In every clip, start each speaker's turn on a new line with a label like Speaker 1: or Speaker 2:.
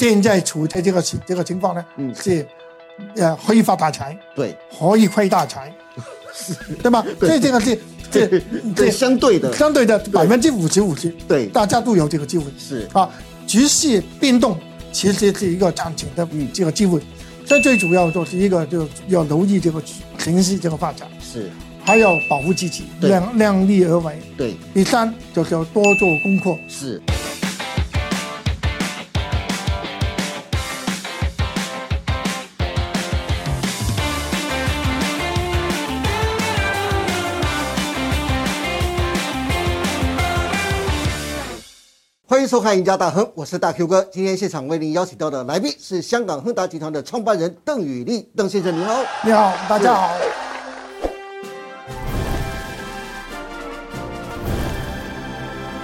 Speaker 1: 现在处在这个情这个情况呢，
Speaker 2: 嗯
Speaker 1: 是呃黑发大财，
Speaker 2: 对
Speaker 1: 可以亏大财，对吧？所以这个是这
Speaker 2: 对，
Speaker 1: 这
Speaker 2: 相对的，
Speaker 1: 相对的百分之五十五十，
Speaker 2: 对
Speaker 1: 大家都有这个机会
Speaker 2: 是
Speaker 1: 啊。局势变动其实是一个暂停的
Speaker 2: 嗯
Speaker 1: 这个机会，这最主要就是一个就要留意这个形势这个发展，
Speaker 2: 是，
Speaker 1: 还要保护自己，
Speaker 2: 对
Speaker 1: 量量力而为。
Speaker 2: 对
Speaker 1: 第三就是要多做功课。
Speaker 2: 是，欢迎收看《赢家大亨》，我是大 Q 哥。今天现场为您邀请到的来宾是香港亨达集团的创办人邓宇立，邓先生您好。
Speaker 1: 你好，大家好。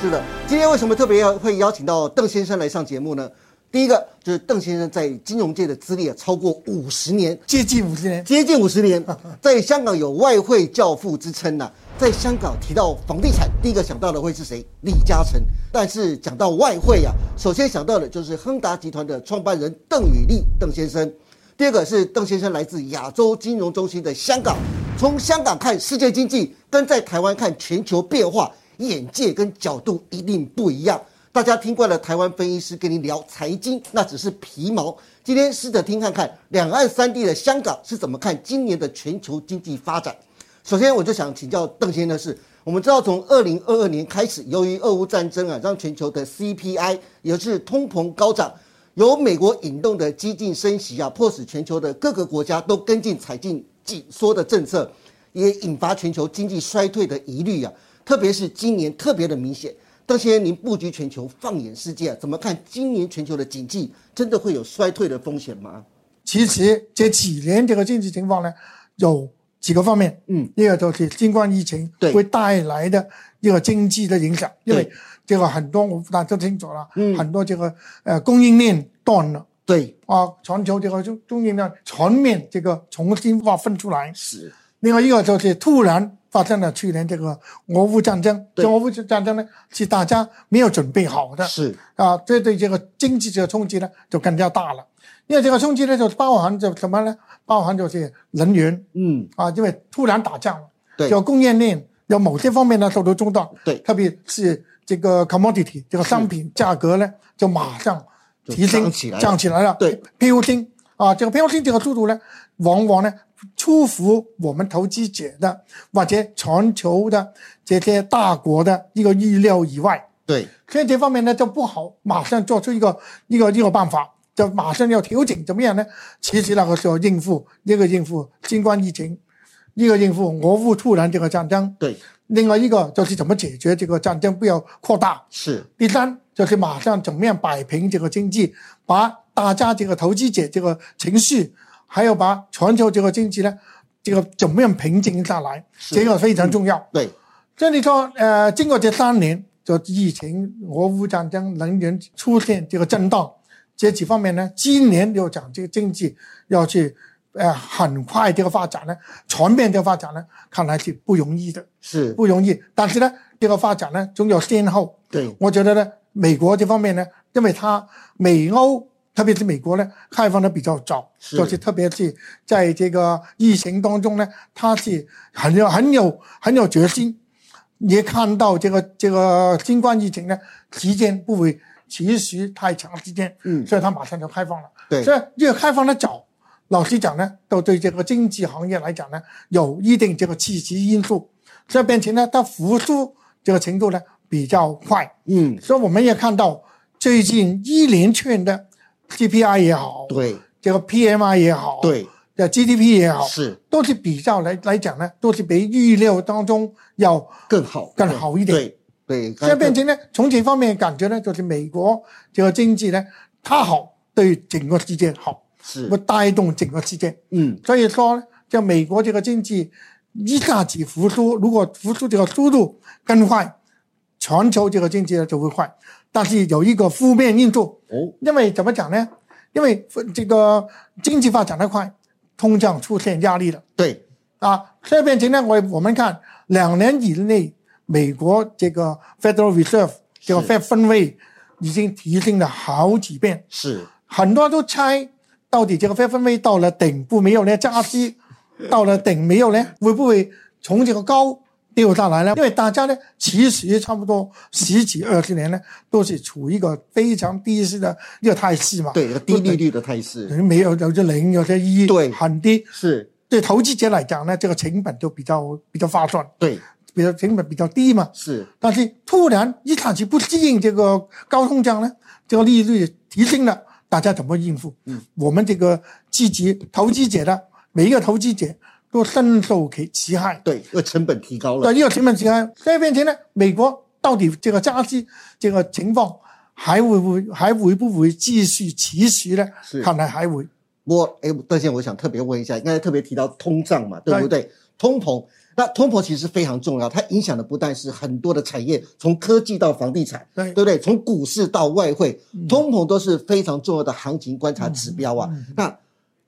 Speaker 2: 是的，今天为什么特别要会邀请到邓先生来上节目呢？第一个就是邓先生在金融界的资历啊超过五十年，
Speaker 1: 接近五十年，
Speaker 2: 接近五十年，在香港有外汇教父之称呐、在香港提到房地产，第一个想到的会是谁？李嘉诚。但是讲到外汇啊，首先想到的就是亨达集团的创办人邓宇立邓先生。第二个是邓先生来自亚洲金融中心的香港，从香港看世界经济，跟在台湾看全球变化，眼界跟角度一定不一样。大家听惯了台湾分析师跟您聊财经，那只是皮毛。今天试着听看看两岸三地的香港是怎么看今年的全球经济发展。首先，我就想请教邓先生的是，我们知道从二零二二年开始，由于俄乌战争啊，让全球的 CPI 也就是通膨高涨，由美国引动的激进升息啊，迫使全球的各个国家都跟进采进紧缩的政策，也引发全球经济衰退的疑虑啊。特别是今年特别的明显。邓先生，您布局全球，放眼世界啊，怎么看今年全球的经济真的会有衰退的风险吗？
Speaker 1: 其实这几年这个经济情况呢，有几个方面，
Speaker 2: 嗯，
Speaker 1: 一个就是新冠疫情
Speaker 2: 对
Speaker 1: 会带来的一个经济的影响，因为
Speaker 2: 对
Speaker 1: 这个很多我大家都清楚了，
Speaker 2: 嗯
Speaker 1: 很多这个呃供应链断了
Speaker 2: 对，
Speaker 1: 啊，全球这个供供应链全面这个重新划分出来。
Speaker 2: 是，
Speaker 1: 另外一个就是突然发生了去年这个俄乌战争，
Speaker 2: 对
Speaker 1: 这俄乌战争呢是大家没有准备好的，
Speaker 2: 是，
Speaker 1: 啊，这对这个经济这个冲击呢就更加大了。因为这个冲击呢，就包含着什么呢？包含就是能源
Speaker 2: 嗯，
Speaker 1: 啊，因为突然打仗了，
Speaker 2: 对
Speaker 1: 有供应链有某些方面呢受到中断，
Speaker 2: 对
Speaker 1: 特别是这个 commodity 这个商品价格呢就马上
Speaker 2: 就
Speaker 1: 提升
Speaker 2: 涨起来了
Speaker 1: 涨起来了，
Speaker 2: 对，
Speaker 1: 飙升啊，这个飙升这个速度呢，往往呢出乎我们投资者的或者全球的这些大国的一个预料以外。
Speaker 2: 对，
Speaker 1: 所以这方面呢就不好马上做出一个一个一个办法，就马上要调整怎么样呢？其实那个时候应付一个应付新冠疫情，一个应付俄乌突然这个战争，
Speaker 2: 对，
Speaker 1: 另外一个就是怎么解决这个战争不要扩大，
Speaker 2: 是，
Speaker 1: 第三就是马上怎么样摆平这个经济，把大家这个投资者这个情绪，还有把全球这个经济呢，这个怎么样平静下来，
Speaker 2: 是
Speaker 1: 这个非常重要。
Speaker 2: 对，
Speaker 1: 所以你说，呃，经过这三年，就疫情、俄乌战争、能源出现这个震荡，这几方面呢，今年要讲这个经济要去，呃，很快这个发展呢，全面这个发展呢，看来是不容易的，
Speaker 2: 是，
Speaker 1: 不容易。但是呢，这个发展呢，总有先后。
Speaker 2: 对，
Speaker 1: 我觉得呢，美国这方面呢，因为它美欧，特别是美国呢，开放的比较早，
Speaker 2: 是
Speaker 1: 就是特别是在这个疫情当中呢，它是很有很有很有决心，也看到这个这个新冠疫情呢，期间不会持续太长时间，
Speaker 2: 嗯
Speaker 1: 所以它马上就开放了，
Speaker 2: 对
Speaker 1: 所以越开放的早。老实讲呢，都对这个经济行业来讲呢，有一定这个刺激因素，这边情呢，它复苏这个程度呢比较快，
Speaker 2: 嗯，
Speaker 1: 所以我们也看到最近一连串的 CPI 也好，
Speaker 2: 对，
Speaker 1: 这个 PMI 也好，
Speaker 2: 对，
Speaker 1: 这 GDP 也好，
Speaker 2: 是
Speaker 1: 都是比较来来讲呢，都是比预料当中要。
Speaker 2: 更好，
Speaker 1: 更好一点
Speaker 2: 对，对，
Speaker 1: 所以
Speaker 2: 刚才
Speaker 1: 变成呢，从这方面感觉呢，就是美国这个经济呢，它好对整个世界好，
Speaker 2: 是
Speaker 1: 会，带动整个世界。
Speaker 2: 嗯，
Speaker 1: 所以说呢，就美国这个经济一下子复苏，如果复苏这个速度更快，全球这个经济呢就会快。但是有一个负面因素，
Speaker 2: 哦，
Speaker 1: 因为怎么讲呢？因为这个经济发展得快，通胀出现压力了
Speaker 2: 对，
Speaker 1: 啊。这变成呢，我我们看两年以内，美国这个 Federal Reserve 这个
Speaker 2: 是
Speaker 1: Fed 分位已经提升了好几遍。
Speaker 2: 是，
Speaker 1: 很多都猜到底这个非分位到了顶部没有呢？加息到了顶没有呢？会不会从这个高掉下来呢？因为大家呢，其实差不多十几二十年呢，都是处于一个非常低息的一个态势嘛。
Speaker 2: 对，有低利率的态 势
Speaker 1: 人没有有些零，有些一，
Speaker 2: 对
Speaker 1: 很低。
Speaker 2: 是，
Speaker 1: 对投资者来讲呢，这个成本就比较比较划算，
Speaker 2: 对，
Speaker 1: 比较成本比较低嘛。
Speaker 2: 是，
Speaker 1: 但是突然一产期不适应这个高通胀呢，这个利率提升了，大家怎么应付？嗯，我们这个积极投资者呢，每一个投资者都深受其其害。
Speaker 2: 对，因为成本提高了，
Speaker 1: 对，又成本其害。所以变成呢，美国到底这个加息这个情况还会不会还会不会继续持续呢
Speaker 2: 是？
Speaker 1: 看来还会。
Speaker 2: 我哎，段先生，我想特别问一下，刚才特别提到通胀嘛，对不对？通膨，那通膨其实非常重要，它影响的不但是很多的产业，从科技到房地产，
Speaker 1: 对
Speaker 2: 不对？从股市到外汇，
Speaker 1: 嗯
Speaker 2: 通膨都是非常重要的行情观察指标啊。
Speaker 1: 嗯
Speaker 2: 那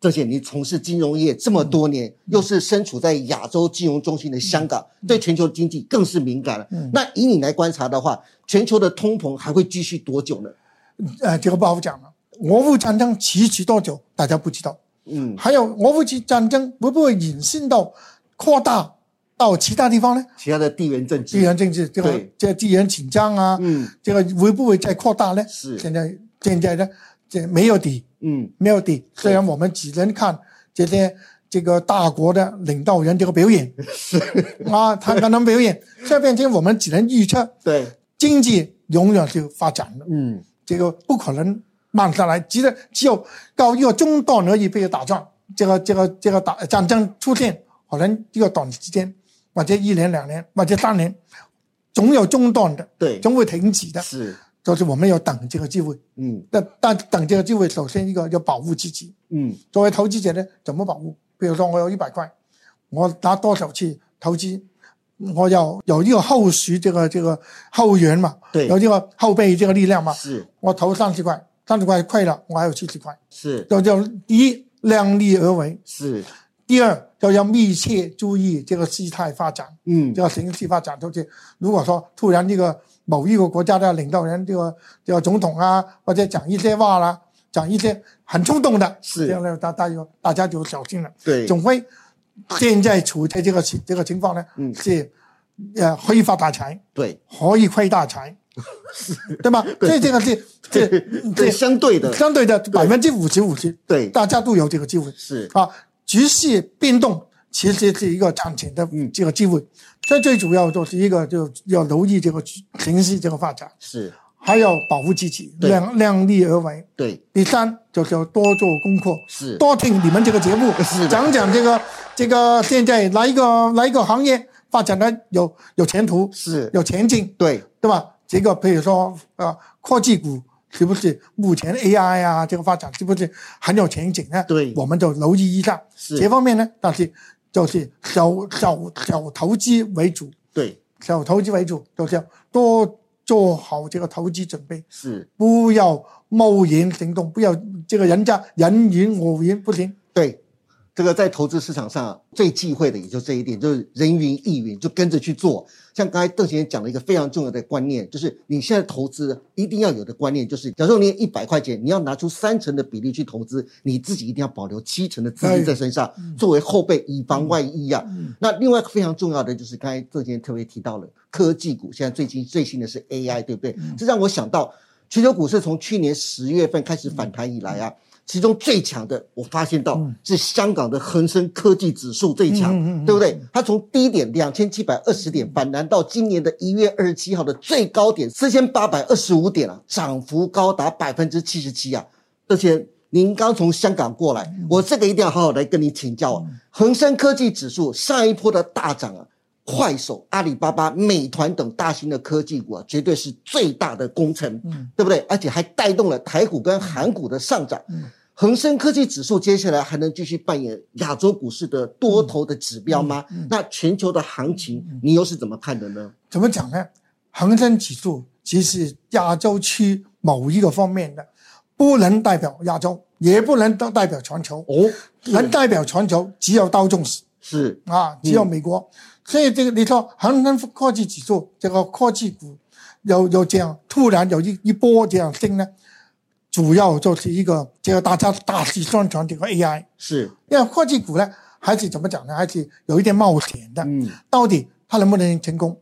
Speaker 2: 这些你从事金融业这么多年，
Speaker 1: 嗯
Speaker 2: 又是身处在亚洲金融中心的香港，对全球经济更是敏感了。
Speaker 1: 嗯
Speaker 2: 那以你来观察的话，全球的通膨还会继续多久呢？
Speaker 1: 呃，这个不好讲了。俄乌战争持续多久，大家不知道。
Speaker 2: 嗯，
Speaker 1: 还有俄乌战争会不会引申到扩大到其他地方呢？
Speaker 2: 其他的地缘政
Speaker 1: 地
Speaker 2: 治，
Speaker 1: 缘政治，这个
Speaker 2: 对
Speaker 1: 这个地缘紧张啊，
Speaker 2: 嗯
Speaker 1: 这个会不会再扩大呢？
Speaker 2: 是
Speaker 1: 现在现在呢，这没有底，
Speaker 2: 嗯，
Speaker 1: 没有底。虽然我们只能看这些这个大国的领导人这个表 演，啊，他可能表演，这变成我们只能预测
Speaker 2: 对，
Speaker 1: 经济永远是发展的，
Speaker 2: 嗯。
Speaker 1: 这个不可能慢下来，只能只有到一个中段而已被打仗，这个这个这个打战争出现，可能一个短时间，或者一年两年，或者三年，总有中断的，
Speaker 2: 对
Speaker 1: 总会停止的，
Speaker 2: 是，
Speaker 1: 就是我们要等这个机会。
Speaker 2: 嗯
Speaker 1: 但但等这个机会，首先一个要保护自己。
Speaker 2: 嗯，
Speaker 1: 作为投资者呢，怎么保护？比如说我有一百块，我拿多少去投资？我要有一个后续这个这个后援嘛，
Speaker 2: 对
Speaker 1: 有这个后备这个力量嘛，
Speaker 2: 是
Speaker 1: 我投三十块，三十块亏了，我还有七十块。
Speaker 2: 是
Speaker 1: 就叫第一量力而为，
Speaker 2: 是，
Speaker 1: 第二就要密切注意这个事态发展，
Speaker 2: 嗯
Speaker 1: 这个形势发展。就是如果说突然这个某一个国家的领导人，这个这个总统啊，或者讲一些话啦、讲一些很冲动的，
Speaker 2: 是
Speaker 1: 这样呢，大大家大家就小心了。
Speaker 2: 对
Speaker 1: 总会现在处在这个情这个情况呢，
Speaker 2: 嗯
Speaker 1: 是呃可以发大财，
Speaker 2: 对
Speaker 1: 可以亏大财，对吧？这这个是这
Speaker 2: 对，相对的，
Speaker 1: 相对的百分之五十五十，
Speaker 2: 对
Speaker 1: 大家都有这个机会
Speaker 2: 是
Speaker 1: 啊。局势变动其实是一个长期的
Speaker 2: 嗯
Speaker 1: 这个机会，所以最主要就是一个就要留意这个形势这个发展，
Speaker 2: 是，
Speaker 1: 还要保护自己，
Speaker 2: 对
Speaker 1: 量量力而为。
Speaker 2: 对
Speaker 1: 第三就是要多做功课，
Speaker 2: 是
Speaker 1: 多听你们这个节目
Speaker 2: 是的，
Speaker 1: 讲讲这个这个现在哪一个哪一个行业发展的有有前途，
Speaker 2: 是，
Speaker 1: 有前进，
Speaker 2: 对
Speaker 1: 对吧？这个比如说呃，科技股是不是目前 AI 啊这个发展是不是很有前景呢？
Speaker 2: 对
Speaker 1: 我们就留意一下
Speaker 2: 是
Speaker 1: 这方面呢。但是就是小小小投资为主，
Speaker 2: 对
Speaker 1: 小投资为主，就是要多做好这个投资准备，
Speaker 2: 是，
Speaker 1: 不要贸然行动，不要这个人家人云我云不行。
Speaker 2: 对。这个在投资市场上啊最忌讳的也就这一点，就是人云亦云，就跟着去做。像刚才邓先生讲了一个非常重要的观念，就是你现在投资一定要有的观念，就是假如说你一百块钱，你要拿出三成的比例去投资，你自己一定要保留七成的资金在身上，
Speaker 1: 嗯
Speaker 2: 作为后备以防万一啊。那另外非常重要的就是刚才郑先生特别提到了科技股，现在最近最新的是 AI，对不对？
Speaker 1: 嗯
Speaker 2: 这让我想到全球股市从去年十月份开始反弹以来啊。
Speaker 1: 嗯
Speaker 2: 其中最强的，我发现到是香港的恒生科技指数最强，
Speaker 1: 嗯嗯嗯
Speaker 2: 对不对？它从低点两千七百二十点反弹到今年的一月二十七号的最高点四千八百二十五点啊，涨幅高达百分之七十七啊！而且您刚从香港过来，我这个一定要好好来跟你请教啊。恒生科技指数上一波的大涨啊，快手、阿里巴巴、美团等大型的科技股啊，绝对是最大的功臣，
Speaker 1: 嗯
Speaker 2: 对不对？而且还带动了台股跟韩股的上涨。恒生科技指数接下来还能继续扮演亚洲股市的多头的指标吗？那全球的行情你又是怎么看的呢？
Speaker 1: 怎么讲呢？恒生指数其实亚洲区某一个方面的，不能代表亚洲，也不能代代表全球，
Speaker 2: 哦，
Speaker 1: 能代表全球只有道琼斯
Speaker 2: 是
Speaker 1: 啊，只有美国。所以这个你说恒生科技指数这个科技股有有这样突然有一一波这样升呢，主要就是一个这个大家大肆宣传这个 AI，
Speaker 2: 是，
Speaker 1: 因为科技股呢还是怎么讲呢？还是有一点冒险的，
Speaker 2: 嗯，
Speaker 1: 到底它能不能成功？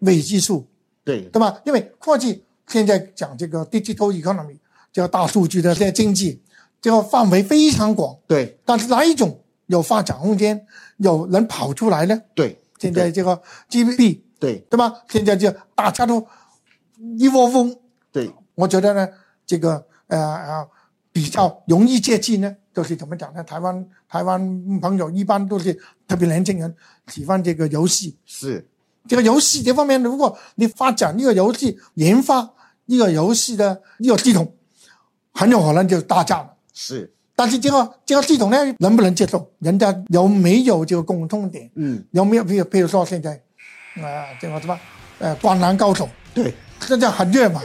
Speaker 1: 伪技术
Speaker 2: 对，
Speaker 1: 对吧？因为科技现在讲这个 digital economy，这个大数据的这个经济，这个范围非常广，
Speaker 2: 对，
Speaker 1: 但是哪一种有发展空间，有能跑出来呢？
Speaker 2: 对，
Speaker 1: 现在这个 GPT
Speaker 2: 对，
Speaker 1: 对吧？现在就大家都一窝蜂，
Speaker 2: 对，
Speaker 1: 我觉得呢，这个呃呃比较容易接近呢，就是怎么讲呢？台湾台湾朋友一般都是特别年轻人喜欢这个游戏，
Speaker 2: 是，
Speaker 1: 这个游戏这方面，如果你发展一个游戏，研发一个游戏的一个系统，很有可能就大战了。
Speaker 2: 是，
Speaker 1: 但是这个这个系统呢，能不能接受？人家有没有这个共通点？
Speaker 2: 嗯，
Speaker 1: 有没有？比如比如说现在，呃，这个什么，呃，灌篮高手，
Speaker 2: 对，
Speaker 1: 这叫很热嘛，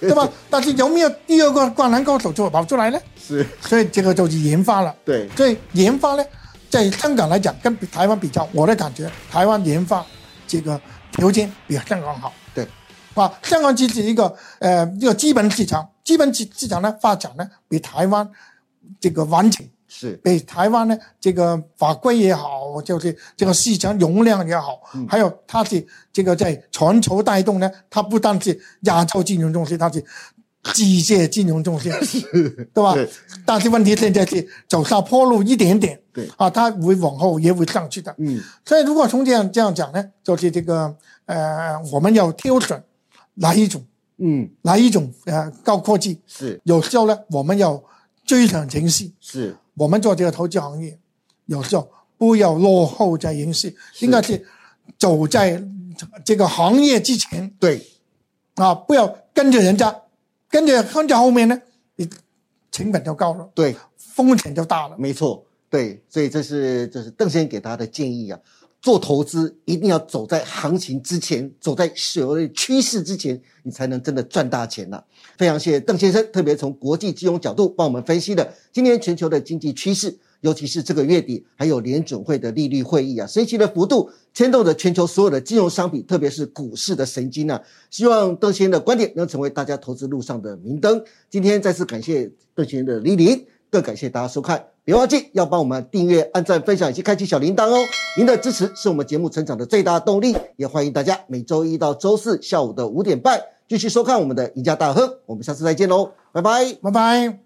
Speaker 1: 对吧？但是有没有第二个灌篮高手就跑出来呢？
Speaker 2: 是，
Speaker 1: 所以这个就是研发了。
Speaker 2: 对，
Speaker 1: 所以研发呢，在香港来讲，跟台湾比较，我的感觉，台湾研发这个条件比香港好。
Speaker 2: 对，
Speaker 1: 啊，香港只是一个呃一个基本市场，基本市市场呢发展呢比台湾这个完整，
Speaker 2: 是，
Speaker 1: 比哎台湾呢这个法规也好，就是这个市场容量也好，
Speaker 2: 嗯
Speaker 1: 还有它是这个在全球带动呢，它不但是亚洲金融中心，它是世界金融 中心，对吧？
Speaker 2: 对
Speaker 1: 但是问题现在是走上坡路一点点，
Speaker 2: 对
Speaker 1: 啊，它会往后也会上去的。
Speaker 2: 嗯，
Speaker 1: 所以如果从这样这样讲呢，就是这个呃，我们要挑选哪一种
Speaker 2: 嗯，
Speaker 1: 哪一种呃高科技，
Speaker 2: 是，
Speaker 1: 有时候呢，我们要追上情势。
Speaker 2: 是，
Speaker 1: 我们做这个投资行业，有时候不要落后在形势，应该是走在这个行业之前
Speaker 2: 对，
Speaker 1: 啊，不要跟着人家，跟着跟着后面呢，你成本就高了，
Speaker 2: 对，
Speaker 1: 风险就大了。
Speaker 2: 没错，对，所以这是这是邓先生给大家的建议啊。做投资一定要走在行情之前，走在所谓趋势之前，你才能真的赚大钱呐、非常谢谢邓先生，特别从国际金融角度帮我们分析了今天全球的经济趋势，尤其是这个月底还有联准会的利率会议啊，升息的幅度牵动着全球所有的金融商品，特别是股市的神经啊。希望邓先生的观点能成为大家投资路上的明灯。今天再次感谢邓先生的莅临。更感谢大家收看，别忘记要帮我们订阅、按赞、分享以及开启小铃铛哦。您的支持是我们节目成长的最大动力，也欢迎大家每周一到周四下午的五点半继续收看我们的赢家大亨。我们下次再见喽，拜拜。
Speaker 1: 拜拜。